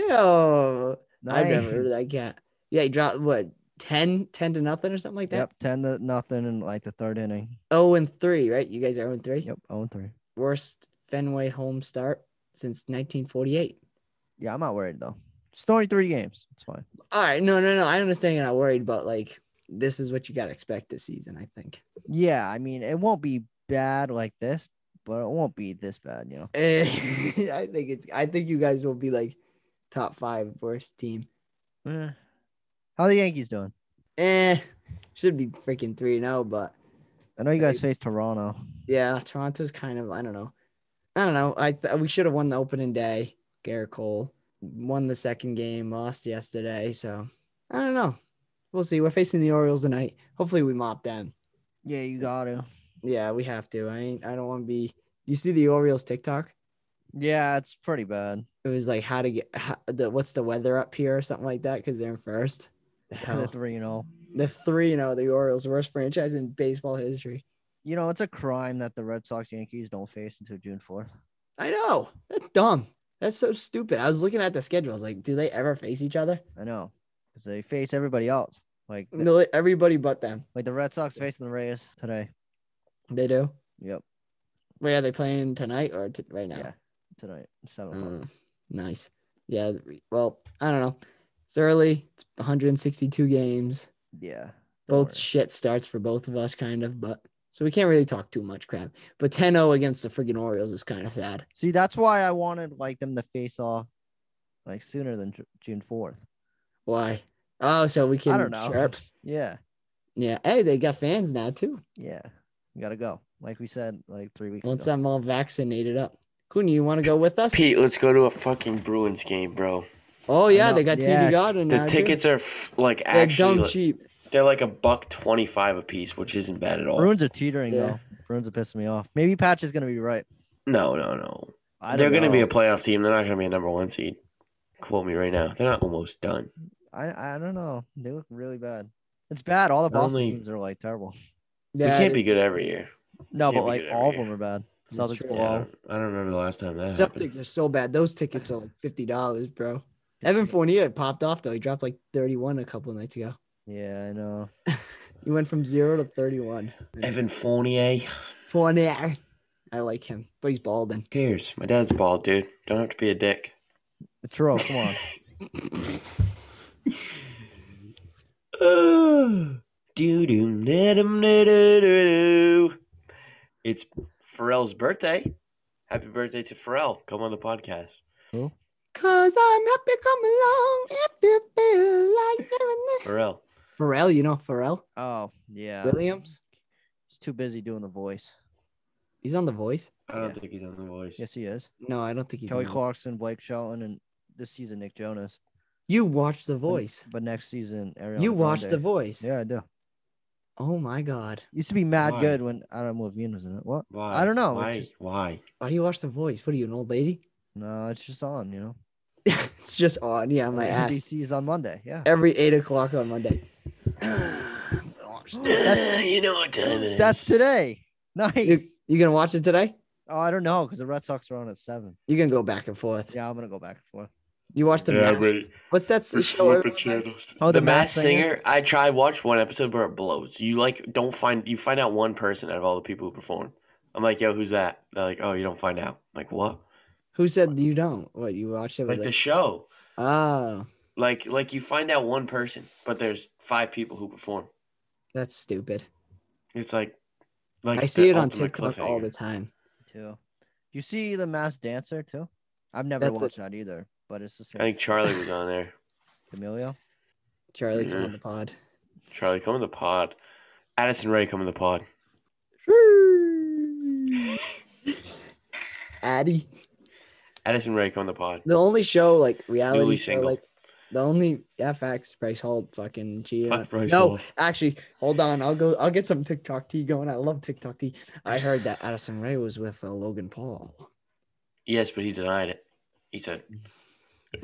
Speaker 2: Ew. I've never
Speaker 4: Nice.
Speaker 2: heard of that guy. Yeah, he dropped what 10, 10 to nothing or something like that.
Speaker 4: Yep, ten to nothing in like the third inning.
Speaker 2: Oh and three, right? You guys are 0 and three.
Speaker 4: Yep, zero and three.
Speaker 2: Worst Fenway home start since nineteen forty eight.
Speaker 4: Yeah, I'm not worried though. It's only three games. It's fine.
Speaker 2: All right, no, no, no. I understand you're not worried, but like this is what you gotta expect this season, I think.
Speaker 4: Yeah, I mean it won't be bad like this, but it won't be this bad. You know,
Speaker 2: Eh, I think it's. I think you guys will be like top five worst team.
Speaker 4: Eh. how the Yankees doing?
Speaker 2: Eh, should be freaking three zero. But
Speaker 4: I know you guys
Speaker 2: Right.
Speaker 4: faced Toronto.
Speaker 2: yeah, Toronto's kind of. I don't know. I don't know. I th- we should have won the opening day. Garrett Cole won the second game. Lost yesterday. So I don't know. We'll see. We're facing the Orioles tonight. Hopefully we mop them.
Speaker 4: Yeah, you got to.
Speaker 2: Yeah, we have to. I ain't. I don't want to be. You see the Orioles TikTok?
Speaker 4: Yeah, it's pretty bad.
Speaker 2: It was like how to get how, the, what's the weather up here or something like that because they're in first. The
Speaker 4: The
Speaker 2: hell.
Speaker 4: three and all.
Speaker 2: the three and oh, the Orioles, worst franchise in baseball history.
Speaker 4: You know, it's a crime that the Red Sox Yankees don't face until June fourth.
Speaker 2: I know that's dumb. That's so stupid. I was looking at the schedule. I was like, do they ever face each other?
Speaker 4: I know, because they face everybody else. Like, the,
Speaker 2: No, everybody but them.
Speaker 4: like the Red Sox facing the Rays today.
Speaker 2: They do.
Speaker 4: Yep.
Speaker 2: Wait, are they playing tonight or t- right now?
Speaker 4: Yeah, tonight seven o'clock.
Speaker 2: Mm, nice. Yeah. Well, I don't know. It's early. It's 162 games.
Speaker 4: Yeah. don't
Speaker 2: Both
Speaker 4: worry.
Speaker 2: shit starts for both of us, kind of. But so we can't really talk too much crap. But 10-0 against the friggin' Orioles is kind of sad.
Speaker 4: See, that's why I wanted like them to face off like sooner than Ju- June fourth.
Speaker 2: Why? Oh, so we can
Speaker 4: I don't know.
Speaker 2: chirp.
Speaker 4: Yeah,
Speaker 2: Yeah. Hey, they got fans now too.
Speaker 4: yeah. You gotta go. Like we said, like three weeks
Speaker 2: Once
Speaker 4: ago.
Speaker 2: I'm all vaccinated up. Coon, you want to go with us?
Speaker 3: Pete, let's go to a fucking Bruins game, bro.
Speaker 2: Oh yeah, they
Speaker 4: know.
Speaker 2: got
Speaker 4: Yeah.
Speaker 2: TD Garden
Speaker 3: uh, The
Speaker 2: now. too.
Speaker 3: tickets are f- like
Speaker 2: They're
Speaker 3: actually
Speaker 2: dumb
Speaker 3: like-
Speaker 2: cheap.
Speaker 3: they're like a buck twenty five a piece, which isn't bad at all.
Speaker 4: Bruins are teetering
Speaker 2: Yeah.
Speaker 4: though. Bruins are pissing me off. Maybe Patch is gonna be right.
Speaker 3: No, no, no.
Speaker 4: I
Speaker 3: They're
Speaker 4: don't
Speaker 3: going to be
Speaker 4: know.
Speaker 3: a playoff team. They're not going to be a number one seed. Quote me right now. They're not almost done.
Speaker 4: I I don't know. They look really bad. It's bad. All the Boston
Speaker 3: Only-
Speaker 4: teams are like terrible.
Speaker 3: They
Speaker 2: Yeah,
Speaker 3: can't
Speaker 2: they-
Speaker 3: be good every year.
Speaker 4: No,
Speaker 3: can't
Speaker 4: but
Speaker 3: be
Speaker 4: like
Speaker 3: good every
Speaker 4: all of
Speaker 3: year.
Speaker 4: them are bad.
Speaker 2: That's
Speaker 4: Celtics
Speaker 2: true.
Speaker 4: below.
Speaker 3: Yeah, I don't- I don't remember the last time that happened.
Speaker 2: Celtics are so bad. Those tickets are like fifty dollars, bro. Evan Fournier popped off though. He dropped like thirty-one a couple nights ago.
Speaker 4: Yeah, I know.
Speaker 2: He went from zero to thirty-one.
Speaker 3: Evan Fournier. Who
Speaker 2: Fournier, I like him, but he's balding.
Speaker 3: cares? My dad's bald, dude. Don't have to be a dick.
Speaker 4: It's true. Come on.
Speaker 3: Uh, doo-doo, na-dum, na-doo-doo-doo. It's Pharrell's birthday. Happy birthday to Pharrell. Come on the podcast.
Speaker 2: Cause I'm happy come along if you feel like doing this.
Speaker 3: Pharrell.
Speaker 2: Pharrell, you know Pharrell
Speaker 4: Oh yeah.
Speaker 2: Williams.
Speaker 4: He's too busy doing the voice.
Speaker 2: He's on The Voice.
Speaker 3: I don't
Speaker 4: Yeah.
Speaker 3: think he's on the voice.
Speaker 4: Yes, he is.
Speaker 2: No, I don't think he's.
Speaker 4: Kelly
Speaker 2: on The-
Speaker 4: Clarkson, Blake Shelton, and this season Nick Jonas.
Speaker 2: You watch The
Speaker 4: But-
Speaker 2: Voice.
Speaker 4: But, next season, Ariana
Speaker 2: You watch The
Speaker 4: Grande.
Speaker 2: Voice.
Speaker 4: Yeah, I do.
Speaker 2: Oh my God.
Speaker 4: Used to be mad
Speaker 3: Why?
Speaker 4: good when Adam Levine was in it. What?
Speaker 3: Why?
Speaker 4: I don't know, it's
Speaker 3: Why?
Speaker 4: just-
Speaker 3: Why?
Speaker 2: Why do you watch The Voice? What are you, an old lady?
Speaker 4: No, it's just on. You know,
Speaker 2: it's just on. Yeah, my ass.
Speaker 4: NBC is on Monday. Yeah,
Speaker 2: Every eight o'clock on Monday.
Speaker 4: That's-
Speaker 3: you know what time it is.
Speaker 4: that's today.
Speaker 2: you,
Speaker 4: Nice.
Speaker 2: you gonna watch it today?
Speaker 4: Oh, I don't know because the Red Sox are on at seven.
Speaker 2: You gonna go back and forth?
Speaker 4: Yeah, I'm gonna go back and forth.
Speaker 2: You watch the
Speaker 3: Yeah,
Speaker 2: Masked-
Speaker 3: but
Speaker 2: What's that
Speaker 3: we're
Speaker 2: show? everyone
Speaker 3: flipping
Speaker 2: likes?
Speaker 3: channels.
Speaker 4: Oh,
Speaker 3: the,
Speaker 4: The
Speaker 3: Masked
Speaker 4: Masked
Speaker 3: Singer. I tried watched one episode, but it blows. You like don't find you find out one person out of all the people who perform. I'm like, yo, who's that? They're like, oh, you don't find out. I'm like what?
Speaker 2: Who said you don't? What you watch it?
Speaker 3: Like
Speaker 2: With
Speaker 3: the
Speaker 2: like,
Speaker 3: show.
Speaker 2: oh,
Speaker 3: Like like you find out one person, but there's five people who perform.
Speaker 2: that's stupid.
Speaker 3: It's like, like
Speaker 2: I see
Speaker 3: the
Speaker 2: it on
Speaker 3: ultimate
Speaker 2: TikTok all
Speaker 3: cliffhanger.
Speaker 2: the time.
Speaker 4: Too. You see the Masked Dancer too? I've never
Speaker 2: That's it.
Speaker 4: watched that either, but it's the same.
Speaker 3: I think Charlie was on there.
Speaker 4: D'Amelio.
Speaker 2: Charlie,
Speaker 3: Yeah.
Speaker 2: come on the pod.
Speaker 3: Charlie, come in the pod. Addison Ray, come in the pod.
Speaker 2: Addy.
Speaker 3: Addison Ray, come in the pod.
Speaker 2: The only show like reality
Speaker 3: Newly
Speaker 2: show
Speaker 3: single.
Speaker 2: like The only FX Bryce Holt fucking cheated.
Speaker 3: Fuck Bryce
Speaker 2: no,
Speaker 3: Hall.
Speaker 2: actually, hold on. I'll go. I'll get some TikTok tea going. I love TikTok tea. I heard that Addison Ray was with uh, Logan Paul.
Speaker 3: Yes, but he denied it. He said,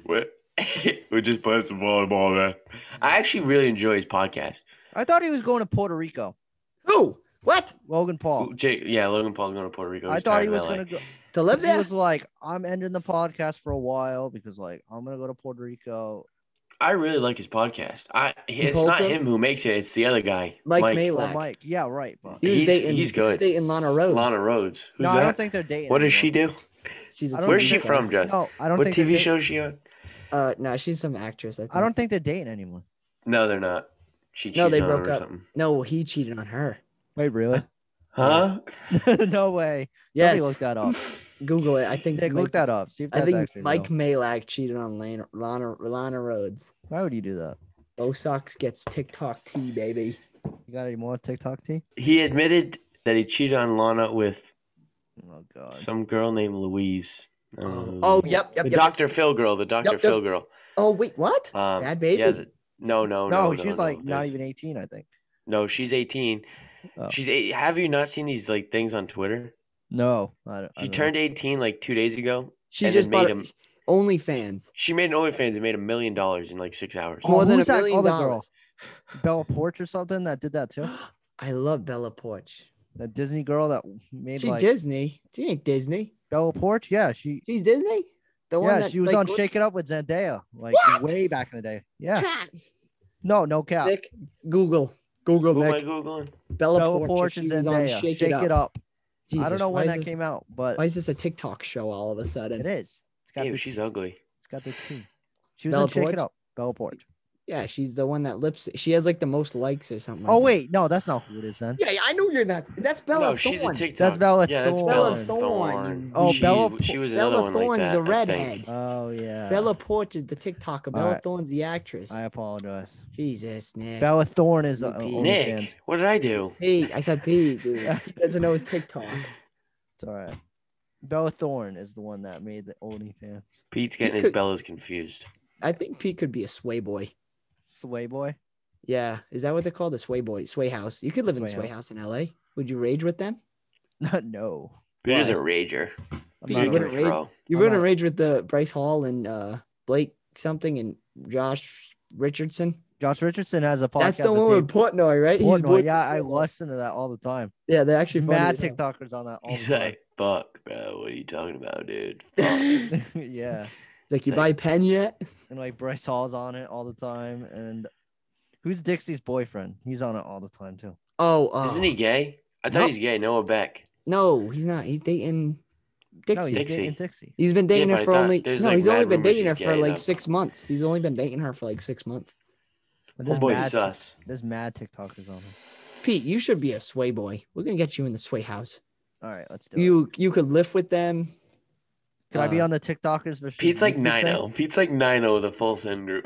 Speaker 3: "What? We're just playing some volleyball, man." I actually really enjoy his podcast.
Speaker 4: I thought he was going to Puerto Rico.
Speaker 2: Who? What?
Speaker 4: Logan Paul.
Speaker 3: Jay, yeah, Logan Paul's going to Puerto Rico.
Speaker 4: Oh. I
Speaker 3: He's
Speaker 4: thought
Speaker 3: tired
Speaker 4: he
Speaker 3: of
Speaker 4: was
Speaker 3: LA.
Speaker 4: going to go.
Speaker 2: To live
Speaker 4: He
Speaker 2: there?
Speaker 4: was like, I'm ending the podcast for a while because like I'm gonna go to Puerto Rico.
Speaker 3: I really like his podcast. I it's
Speaker 2: Paul's
Speaker 3: not
Speaker 2: on?
Speaker 3: him who makes it; it's the other guy,
Speaker 2: Mike
Speaker 4: Oh,
Speaker 2: Malak.
Speaker 4: Mike, yeah, right. But
Speaker 2: He was
Speaker 3: He's- he's
Speaker 2: he was
Speaker 3: good.
Speaker 2: Dating Lana Rhodes.
Speaker 3: Lana Rhodes. Who's
Speaker 4: no,
Speaker 3: that?
Speaker 4: I don't think they're dating.
Speaker 3: what does she do?
Speaker 2: She's a
Speaker 4: I don't
Speaker 3: Where's
Speaker 4: think
Speaker 3: she
Speaker 4: they're
Speaker 3: from,
Speaker 4: dating.
Speaker 3: Jess?
Speaker 4: No, I don't
Speaker 3: What
Speaker 4: think they're
Speaker 3: TV
Speaker 4: da-
Speaker 3: show is she on?
Speaker 2: Uh, no, she's some actress. I, think.
Speaker 4: I don't think they're dating anymore.
Speaker 3: No, they're not. She cheated
Speaker 2: No, they
Speaker 3: on
Speaker 2: broke
Speaker 3: her or
Speaker 2: up.
Speaker 3: something.
Speaker 2: No, he cheated on her.
Speaker 4: Wait, really?
Speaker 3: Huh?
Speaker 4: no way.
Speaker 2: Yes.
Speaker 4: Somebody look that up.
Speaker 2: Google it. I think
Speaker 4: Nick,
Speaker 2: Mike,
Speaker 4: look that up. See if
Speaker 2: I
Speaker 4: that's
Speaker 2: think
Speaker 4: actually
Speaker 2: Mike
Speaker 4: real.
Speaker 2: Malak cheated on Lana Lana, Lana Rhodes.
Speaker 4: Why would you do that?
Speaker 2: Bo Sox gets TikTok tea, baby.
Speaker 4: You got any more TikTok tea?
Speaker 3: He admitted that he cheated on Lana with
Speaker 4: Oh god.
Speaker 3: some girl named Louise. I don't know who-
Speaker 2: Oh, yep, yep,
Speaker 3: the
Speaker 2: yep.
Speaker 3: Dr. Phil girl, the Dr.
Speaker 2: Yep,
Speaker 3: Phil girl.
Speaker 2: Oh wait, what?
Speaker 3: Um,
Speaker 2: Bad baby.
Speaker 3: Yeah, the- no, no, no.
Speaker 4: no, she's like not
Speaker 3: there's-
Speaker 4: even 18, I think.
Speaker 3: No, she's 18.
Speaker 4: Oh.
Speaker 3: She's eight. Have you not seen these like things on Twitter?
Speaker 4: No, I don't, I
Speaker 3: She
Speaker 4: don't
Speaker 3: turned 18 like two days ago.
Speaker 2: she
Speaker 3: and
Speaker 2: just
Speaker 3: it
Speaker 2: bought
Speaker 3: made
Speaker 2: him.
Speaker 3: him-
Speaker 2: OnlyFans.
Speaker 3: She made an OnlyFans and made a million dollars in like six hours.
Speaker 4: Know.
Speaker 2: more
Speaker 4: oh,
Speaker 2: than
Speaker 4: who's
Speaker 2: a
Speaker 4: that
Speaker 2: billion
Speaker 4: other
Speaker 2: dollars.
Speaker 4: girl? Bella Porch or something that did that too.
Speaker 2: I love Bella Porch.
Speaker 4: That Disney girl that made
Speaker 2: She
Speaker 4: like
Speaker 2: Disney. She ain't Disney.
Speaker 4: Bella Porch. Yeah, she
Speaker 2: She's Disney. The
Speaker 4: yeah,
Speaker 2: one that
Speaker 4: she was
Speaker 2: like,
Speaker 4: on
Speaker 2: looked-
Speaker 4: Shake It Up with Zendaya, like
Speaker 2: What?
Speaker 4: way back in the day. Yeah,
Speaker 2: Crap.
Speaker 4: no, no cap.
Speaker 2: Nick, Google, Google,
Speaker 3: Who am I
Speaker 2: Oh, Nick.
Speaker 3: googling?
Speaker 2: Bella,
Speaker 4: Bella
Speaker 2: Porch.
Speaker 4: Porch
Speaker 2: she
Speaker 4: and
Speaker 2: was on
Speaker 4: Zendaya, Shake, it, up. I
Speaker 2: Jesus,
Speaker 4: don't know
Speaker 2: why
Speaker 4: when
Speaker 2: is
Speaker 4: that
Speaker 2: this-
Speaker 4: came out, but
Speaker 2: Why is this a TikTok show all of a
Speaker 4: it
Speaker 2: sudden?
Speaker 4: is. It's got
Speaker 3: Ew,
Speaker 4: the,
Speaker 3: she's ugly.
Speaker 4: it's got the T. She was
Speaker 2: Bella
Speaker 4: on Shake
Speaker 2: Porch?
Speaker 4: It Up, Bella Porch.
Speaker 2: Yeah, she's the one that lips. She has like the most likes or something.
Speaker 4: Oh
Speaker 2: like that.
Speaker 4: wait, no, that's not who it is then.
Speaker 2: Yeah, yeah, I know you're not. That's Bella.
Speaker 3: no, she's a
Speaker 2: Thorne.
Speaker 3: TikTok.
Speaker 4: Bella
Speaker 3: Yeah, that's
Speaker 4: Thorne.
Speaker 3: Bella
Speaker 2: Bella Thorne.
Speaker 3: Thorne.
Speaker 4: Oh,
Speaker 3: she,
Speaker 4: Bella-
Speaker 3: She was another
Speaker 2: Bella
Speaker 3: one
Speaker 2: Thorne's
Speaker 3: like that.
Speaker 2: the
Speaker 3: I think.
Speaker 2: redhead.
Speaker 4: Oh yeah,
Speaker 2: Bella Porch is the TikToker. Bella
Speaker 4: right.
Speaker 2: Thorne's the actress.
Speaker 4: I apologize.
Speaker 2: Jesus, Nick.
Speaker 4: Bella Thorne is
Speaker 2: You
Speaker 4: the uh,
Speaker 2: beat-
Speaker 4: OnlyFans.
Speaker 3: Nick, what did I do?
Speaker 2: Pete. I said Pete, dude. He doesn't know his TikTok.
Speaker 4: It's all right. Bella Thorne is the one that made the OnlyFans.
Speaker 3: Pete's getting his
Speaker 2: could-
Speaker 3: bellas confused.
Speaker 2: I think Pete could be a sway boy.
Speaker 4: Sway boy.
Speaker 2: Yeah. Is that what they're called? The sway boy, sway house. You could live in
Speaker 4: Sway
Speaker 2: sway house
Speaker 4: house.
Speaker 2: in LA. Would you rage with them?
Speaker 4: no,
Speaker 3: Pete is a
Speaker 2: Why?
Speaker 3: rager.
Speaker 2: Pete,
Speaker 4: I'm
Speaker 3: Pete
Speaker 4: not
Speaker 2: you
Speaker 4: gonna-
Speaker 3: can
Speaker 2: wouldn't rage-
Speaker 3: throw.
Speaker 2: You
Speaker 4: I'm
Speaker 2: were gonna
Speaker 4: not-
Speaker 2: rage with the Bryce Hall and uh, Blake something and Josh Richardson.
Speaker 4: Josh Richardson has a podcast.
Speaker 2: That's the
Speaker 4: with
Speaker 2: one with
Speaker 4: Dave
Speaker 2: Portnoy, right? He's
Speaker 4: Portnoy.
Speaker 2: Portnoy.
Speaker 4: Yeah, I listen to that all the time.
Speaker 2: Yeah, they're actually funny
Speaker 4: mad
Speaker 2: as hell.
Speaker 4: TikTokers on that all
Speaker 3: He's
Speaker 4: the time.
Speaker 3: like, fuck, bro. What are you talking about, dude? Fuck.
Speaker 2: It's
Speaker 4: yeah,
Speaker 2: like you
Speaker 3: Same.
Speaker 2: buy pen yet?
Speaker 4: and like Bryce Hall's on it all the time, and who's Dixie's boyfriend? He's on it all the time too.
Speaker 2: Oh, uh,
Speaker 3: Isn't he gay? I thought
Speaker 2: No.
Speaker 3: he's gay. Noah Beck.
Speaker 2: No, he's not. He's dating Dixie.
Speaker 4: No, he's
Speaker 3: Dixie.
Speaker 4: dating Dixie.
Speaker 2: he's been dating
Speaker 3: Yeah,
Speaker 2: her
Speaker 3: but
Speaker 2: for
Speaker 3: I thought
Speaker 2: only no.
Speaker 3: there's, like,
Speaker 2: he's only
Speaker 3: mad
Speaker 2: been
Speaker 3: rumors
Speaker 2: dating her
Speaker 3: he's
Speaker 2: for
Speaker 3: gay,
Speaker 2: like
Speaker 3: though.
Speaker 2: six months. He's only been dating her for like six months.
Speaker 4: But
Speaker 3: Oh,
Speaker 4: There's
Speaker 3: boy,
Speaker 4: mad, Tik-
Speaker 3: sus.
Speaker 4: there's mad TikTokers on it.
Speaker 2: Pete, you should be a sway boy. We're gonna get you in the sway house.
Speaker 4: All right, let's do it.
Speaker 2: You you could lift with them.
Speaker 4: Can I be
Speaker 2: uh,
Speaker 4: on the TikTokers versus
Speaker 3: Pete's like oh. 9
Speaker 4: YouTube thing?
Speaker 3: 0. Pete's like 9 0 the full send group.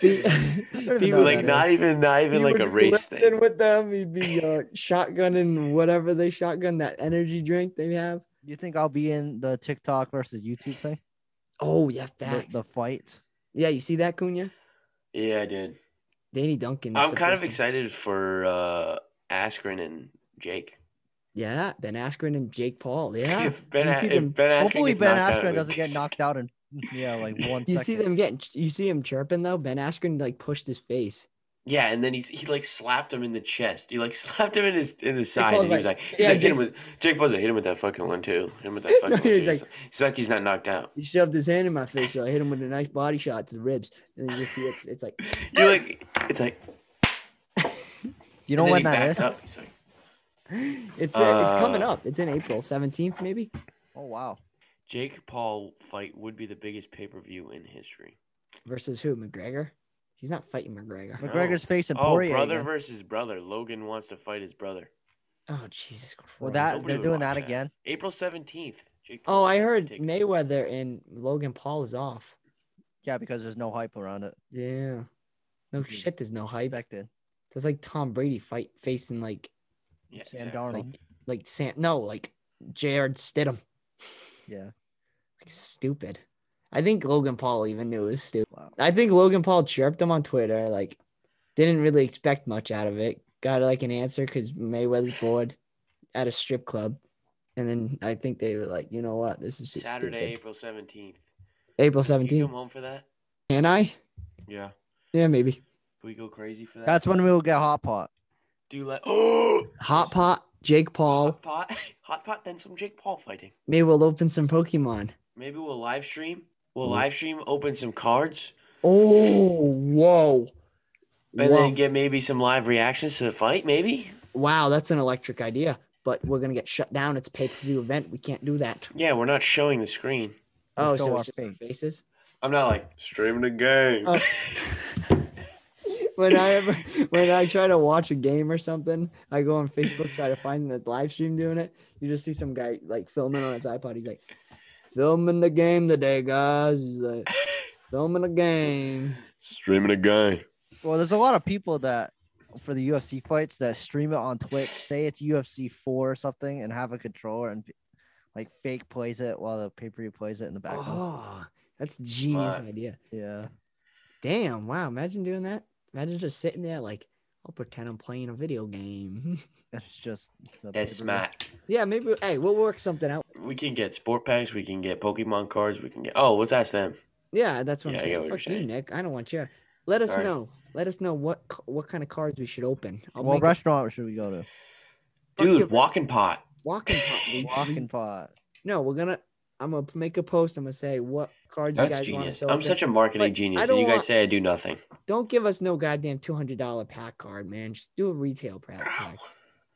Speaker 2: Pete,
Speaker 4: even
Speaker 2: Pete
Speaker 4: know
Speaker 2: would-
Speaker 4: that
Speaker 3: like, not even, not even
Speaker 2: he
Speaker 3: like
Speaker 2: would
Speaker 3: a
Speaker 2: be
Speaker 3: race
Speaker 2: lifting
Speaker 3: thing.
Speaker 2: with them. He'd be uh, shotgunning whatever they shotgun that energy drink they have.
Speaker 4: You think I'll be in the TikTok versus YouTube thing?
Speaker 2: Oh yeah,
Speaker 4: The,
Speaker 2: facts.
Speaker 4: the fight.
Speaker 2: yeah, you see that Cunha?
Speaker 3: Yeah, I did.
Speaker 2: Danny Duncan. is
Speaker 3: I'm kind
Speaker 2: supposed
Speaker 3: of
Speaker 2: to-
Speaker 3: excited for uh Askren and Jake.
Speaker 2: Yeah, Ben Askren and Jake Paul. Yeah,
Speaker 3: If Ben,
Speaker 2: you
Speaker 3: A-
Speaker 2: see
Speaker 3: if
Speaker 2: them-
Speaker 3: ben Askren
Speaker 4: Hopefully
Speaker 3: gets
Speaker 4: Ben
Speaker 3: knocked out, it
Speaker 4: Askren
Speaker 3: would
Speaker 4: doesn't
Speaker 3: be
Speaker 4: get
Speaker 3: sick.
Speaker 4: knocked out in yeah like one
Speaker 2: you
Speaker 4: second.
Speaker 2: see them getting. You see him chirping though. Ben Askren like pushed his face.
Speaker 3: Yeah, and then he's he like slapped him in the chest. He like slapped him in his in his side,
Speaker 2: Paul's
Speaker 3: and he was like, he's
Speaker 2: yeah,
Speaker 3: like hit
Speaker 2: Jake-
Speaker 3: him with Jake Paul's like hit him with that fucking one too. Hit him with that fucking
Speaker 2: No,
Speaker 3: one
Speaker 2: he
Speaker 3: too.
Speaker 2: was like-
Speaker 3: He's like, he's like he's not knocked out.
Speaker 2: He shoved his hand in my face, so I hit him with a nice body shot to the ribs, and then you just see it's, it's like
Speaker 3: You like it's like
Speaker 4: You know
Speaker 3: and then
Speaker 4: when
Speaker 3: he
Speaker 4: that
Speaker 3: backs
Speaker 4: is?
Speaker 3: up. He's like,
Speaker 2: it's it's coming
Speaker 3: Uh,
Speaker 2: up. It's in April seventeenth, maybe.
Speaker 4: Oh wow.
Speaker 3: Jake Paul fight would be the biggest pay per view in history.
Speaker 2: Versus who? McGregor. He's not fighting McGregor.
Speaker 4: McGregor's facing
Speaker 3: Oh,
Speaker 4: Poirier.
Speaker 3: brother
Speaker 4: again.
Speaker 3: versus brother. Logan wants to fight his brother.
Speaker 2: Oh Jesus Christ!
Speaker 4: Well, that
Speaker 3: Nobody
Speaker 4: they're
Speaker 3: would
Speaker 4: doing
Speaker 3: watch
Speaker 4: that
Speaker 3: that.
Speaker 4: again.
Speaker 3: April seventeenth. Jake.
Speaker 2: Oh,
Speaker 3: Paul's
Speaker 2: I heard
Speaker 3: ticket.
Speaker 2: Mayweather and Logan Paul is off.
Speaker 4: Yeah, because there's no hype around it.
Speaker 2: Yeah. No
Speaker 4: Mhm.
Speaker 2: shit. There's no hype.
Speaker 4: Expected.
Speaker 2: There's like Tom Brady fight facing like
Speaker 3: Yeah,
Speaker 4: Sam
Speaker 3: exactly.
Speaker 4: Darnold.
Speaker 2: like like Sam. No, like Jared Stidham.
Speaker 4: Yeah.
Speaker 2: Like stupid. I think Logan Paul even knew it was stupid.
Speaker 4: Wow.
Speaker 2: I think Logan Paul chirped him on Twitter, like didn't really expect much out of it. Got like an answer because Mayweather's bored at a strip club. And then I think they were like, you know what? This is just
Speaker 3: Saturday,
Speaker 2: stupid.
Speaker 3: April seventeenth.
Speaker 2: April
Speaker 3: You come
Speaker 2: 17th.
Speaker 3: home for that?
Speaker 2: Can I?
Speaker 3: Yeah.
Speaker 2: Yeah, maybe.
Speaker 3: Can we go crazy for that?
Speaker 4: That's when we will get hot pot.
Speaker 3: Do you let oh
Speaker 2: Hot Pot, Jake Paul.
Speaker 3: hot pot, hot pot, then some Jake Paul fighting.
Speaker 2: Maybe we'll open some Pokemon.
Speaker 3: Maybe we'll live stream. We'll
Speaker 2: Mm-hmm.
Speaker 3: live stream, open some cards,
Speaker 2: Oh, whoa.
Speaker 3: and
Speaker 2: Whoa.
Speaker 3: then get maybe some live reactions to the fight. Maybe.
Speaker 2: wow, that's an electric idea. But we're gonna get shut down. It's a pay-per-view event. We can't do that.
Speaker 3: Yeah, we're not showing the screen.
Speaker 2: Oh,
Speaker 4: Let's go
Speaker 2: so
Speaker 4: off
Speaker 2: it's just our
Speaker 4: base.
Speaker 2: faces.
Speaker 3: I'm not like Uh, streaming the game.
Speaker 2: Oh. When I ever, when I try to watch a game or something, I go on Facebook try to find the live stream doing it. You just see some guy like filming on his iPod. He's like, filming the game today, guys. He's like, filming the game.
Speaker 3: streaming the game.
Speaker 4: Well, there's a lot of people that for the UFC fights that stream it on Twitch. Say it's UFC four or something, and have a controller and like fake plays it while the pay per view plays it in the background.
Speaker 2: Oh, that's a genius
Speaker 3: Smart.
Speaker 2: idea.
Speaker 4: Yeah,
Speaker 2: Damn! Wow, imagine doing that. Imagine just sitting there like, I'll pretend I'm playing a video game.
Speaker 4: it's just the
Speaker 3: That's
Speaker 4: pay-per-view.
Speaker 3: smart.
Speaker 2: yeah, maybe. Hey, we'll work something out.
Speaker 3: We can get sport packs. We can get Pokemon cards. We can get. Oh, let's ask them.
Speaker 2: Yeah, that's what
Speaker 3: Yeah, I
Speaker 2: I'm
Speaker 3: get
Speaker 2: saying.
Speaker 3: what you're
Speaker 2: Fuck you,
Speaker 3: saying.
Speaker 2: Nick. I don't want your. Let us
Speaker 3: Sorry.
Speaker 2: know. Let us know what c- what kind of cards we should open. I'll
Speaker 4: What
Speaker 2: make a
Speaker 4: restaurant should we go to?
Speaker 2: Fuck your-
Speaker 3: Dude, walking pot.
Speaker 2: walking. pot. We-
Speaker 4: Walking pot.
Speaker 2: No, we're gonna. I'm gonna p- make a post. I'm gonna say what cards you guys
Speaker 3: That's
Speaker 2: want to
Speaker 3: genius.
Speaker 2: sell.
Speaker 3: I'm such a marketing
Speaker 2: But I
Speaker 3: genius. And
Speaker 2: don't
Speaker 3: you guys
Speaker 2: want-
Speaker 3: say I do nothing.
Speaker 2: Don't give us no goddamn two hundred dollar pack card, man. Just do a retail pack. pack.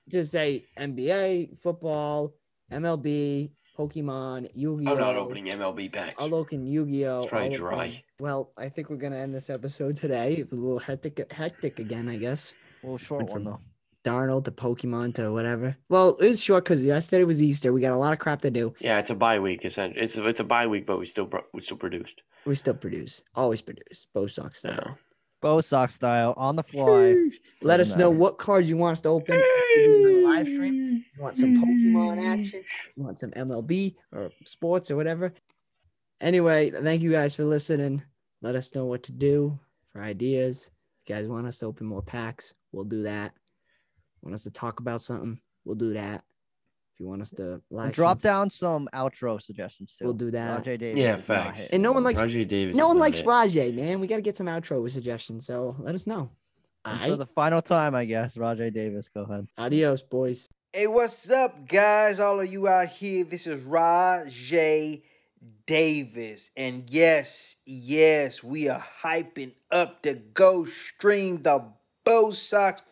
Speaker 2: Just say NBA, football, MLB, Pokemon, Yu-Gi-Oh.
Speaker 3: I'm not opening MLB packs.
Speaker 2: I'll open Yu-Gi-Oh.
Speaker 3: It's probably
Speaker 2: I'll
Speaker 3: dry.
Speaker 2: open- Well, I think we're gonna end this episode today. It's a little hectic, hectic again, I guess.
Speaker 4: A little short
Speaker 2: Went
Speaker 4: one
Speaker 2: from-
Speaker 4: though.
Speaker 2: Darnold to Pokemon to whatever. Well, it was short because yesterday was Easter. We got a lot of crap to do.
Speaker 3: Yeah, it's a bye week. Essentially, it's it's a bye week, but we still pro- we still produced.
Speaker 2: We still produce, always produce. Bo Sox
Speaker 3: So
Speaker 2: style.
Speaker 4: Bo Sox style on the fly.
Speaker 2: Sheesh. Let us
Speaker 4: Doesn't
Speaker 2: know
Speaker 4: matter.
Speaker 2: what cards you want us to open during the live stream. You want some Pokemon action? You want some MLB or sports or whatever? Anyway, thank you guys for listening. Let us know what to do for ideas. If you guys want us to open more packs, we'll do that. Want us to talk about something? We'll do that. If you want us to
Speaker 4: And
Speaker 2: live
Speaker 4: Drop
Speaker 2: stream-
Speaker 4: dawn some outro suggestions too.
Speaker 2: We'll do that.
Speaker 4: Rajay Davis
Speaker 3: Yeah,
Speaker 4: is not
Speaker 3: facts.
Speaker 4: hitting
Speaker 2: And no
Speaker 4: it.
Speaker 2: one likes
Speaker 3: Rajay Davis.
Speaker 2: No
Speaker 3: is
Speaker 2: one
Speaker 3: not
Speaker 2: likes
Speaker 3: it.
Speaker 2: Rajay, man. We got to get some outro suggestions. So let us know. All
Speaker 4: And for
Speaker 2: right.
Speaker 4: the final time, I guess. Rajay Davis, go ahead.
Speaker 2: Adios, boys.
Speaker 5: Hey, what's up, guys? All of you out here. This is Rajay Davis. And yes, yes, we are hyping up to go stream the Bo Sox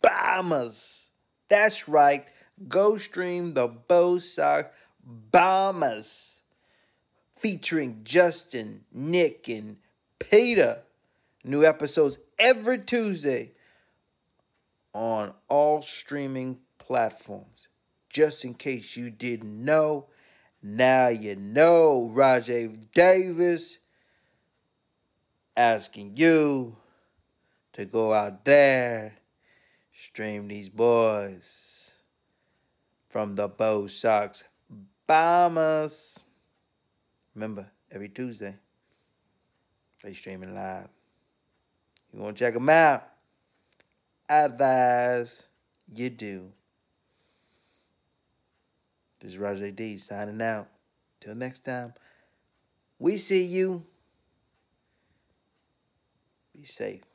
Speaker 5: Bombers. That's right. Go stream the Bo Sox Bombers. Featuring Justin, Nick, and Peter. New episodes every Tuesday on all streaming platforms. Just in case you didn't know, now you know. Rajay Davis asking you to go out there, stream these boys from the Bo Sox Bombers. Remember, every Tuesday, they streaming live. You want to check them out? I advise you do. This is Roger D signing out. Till next time, we see you. Be safe.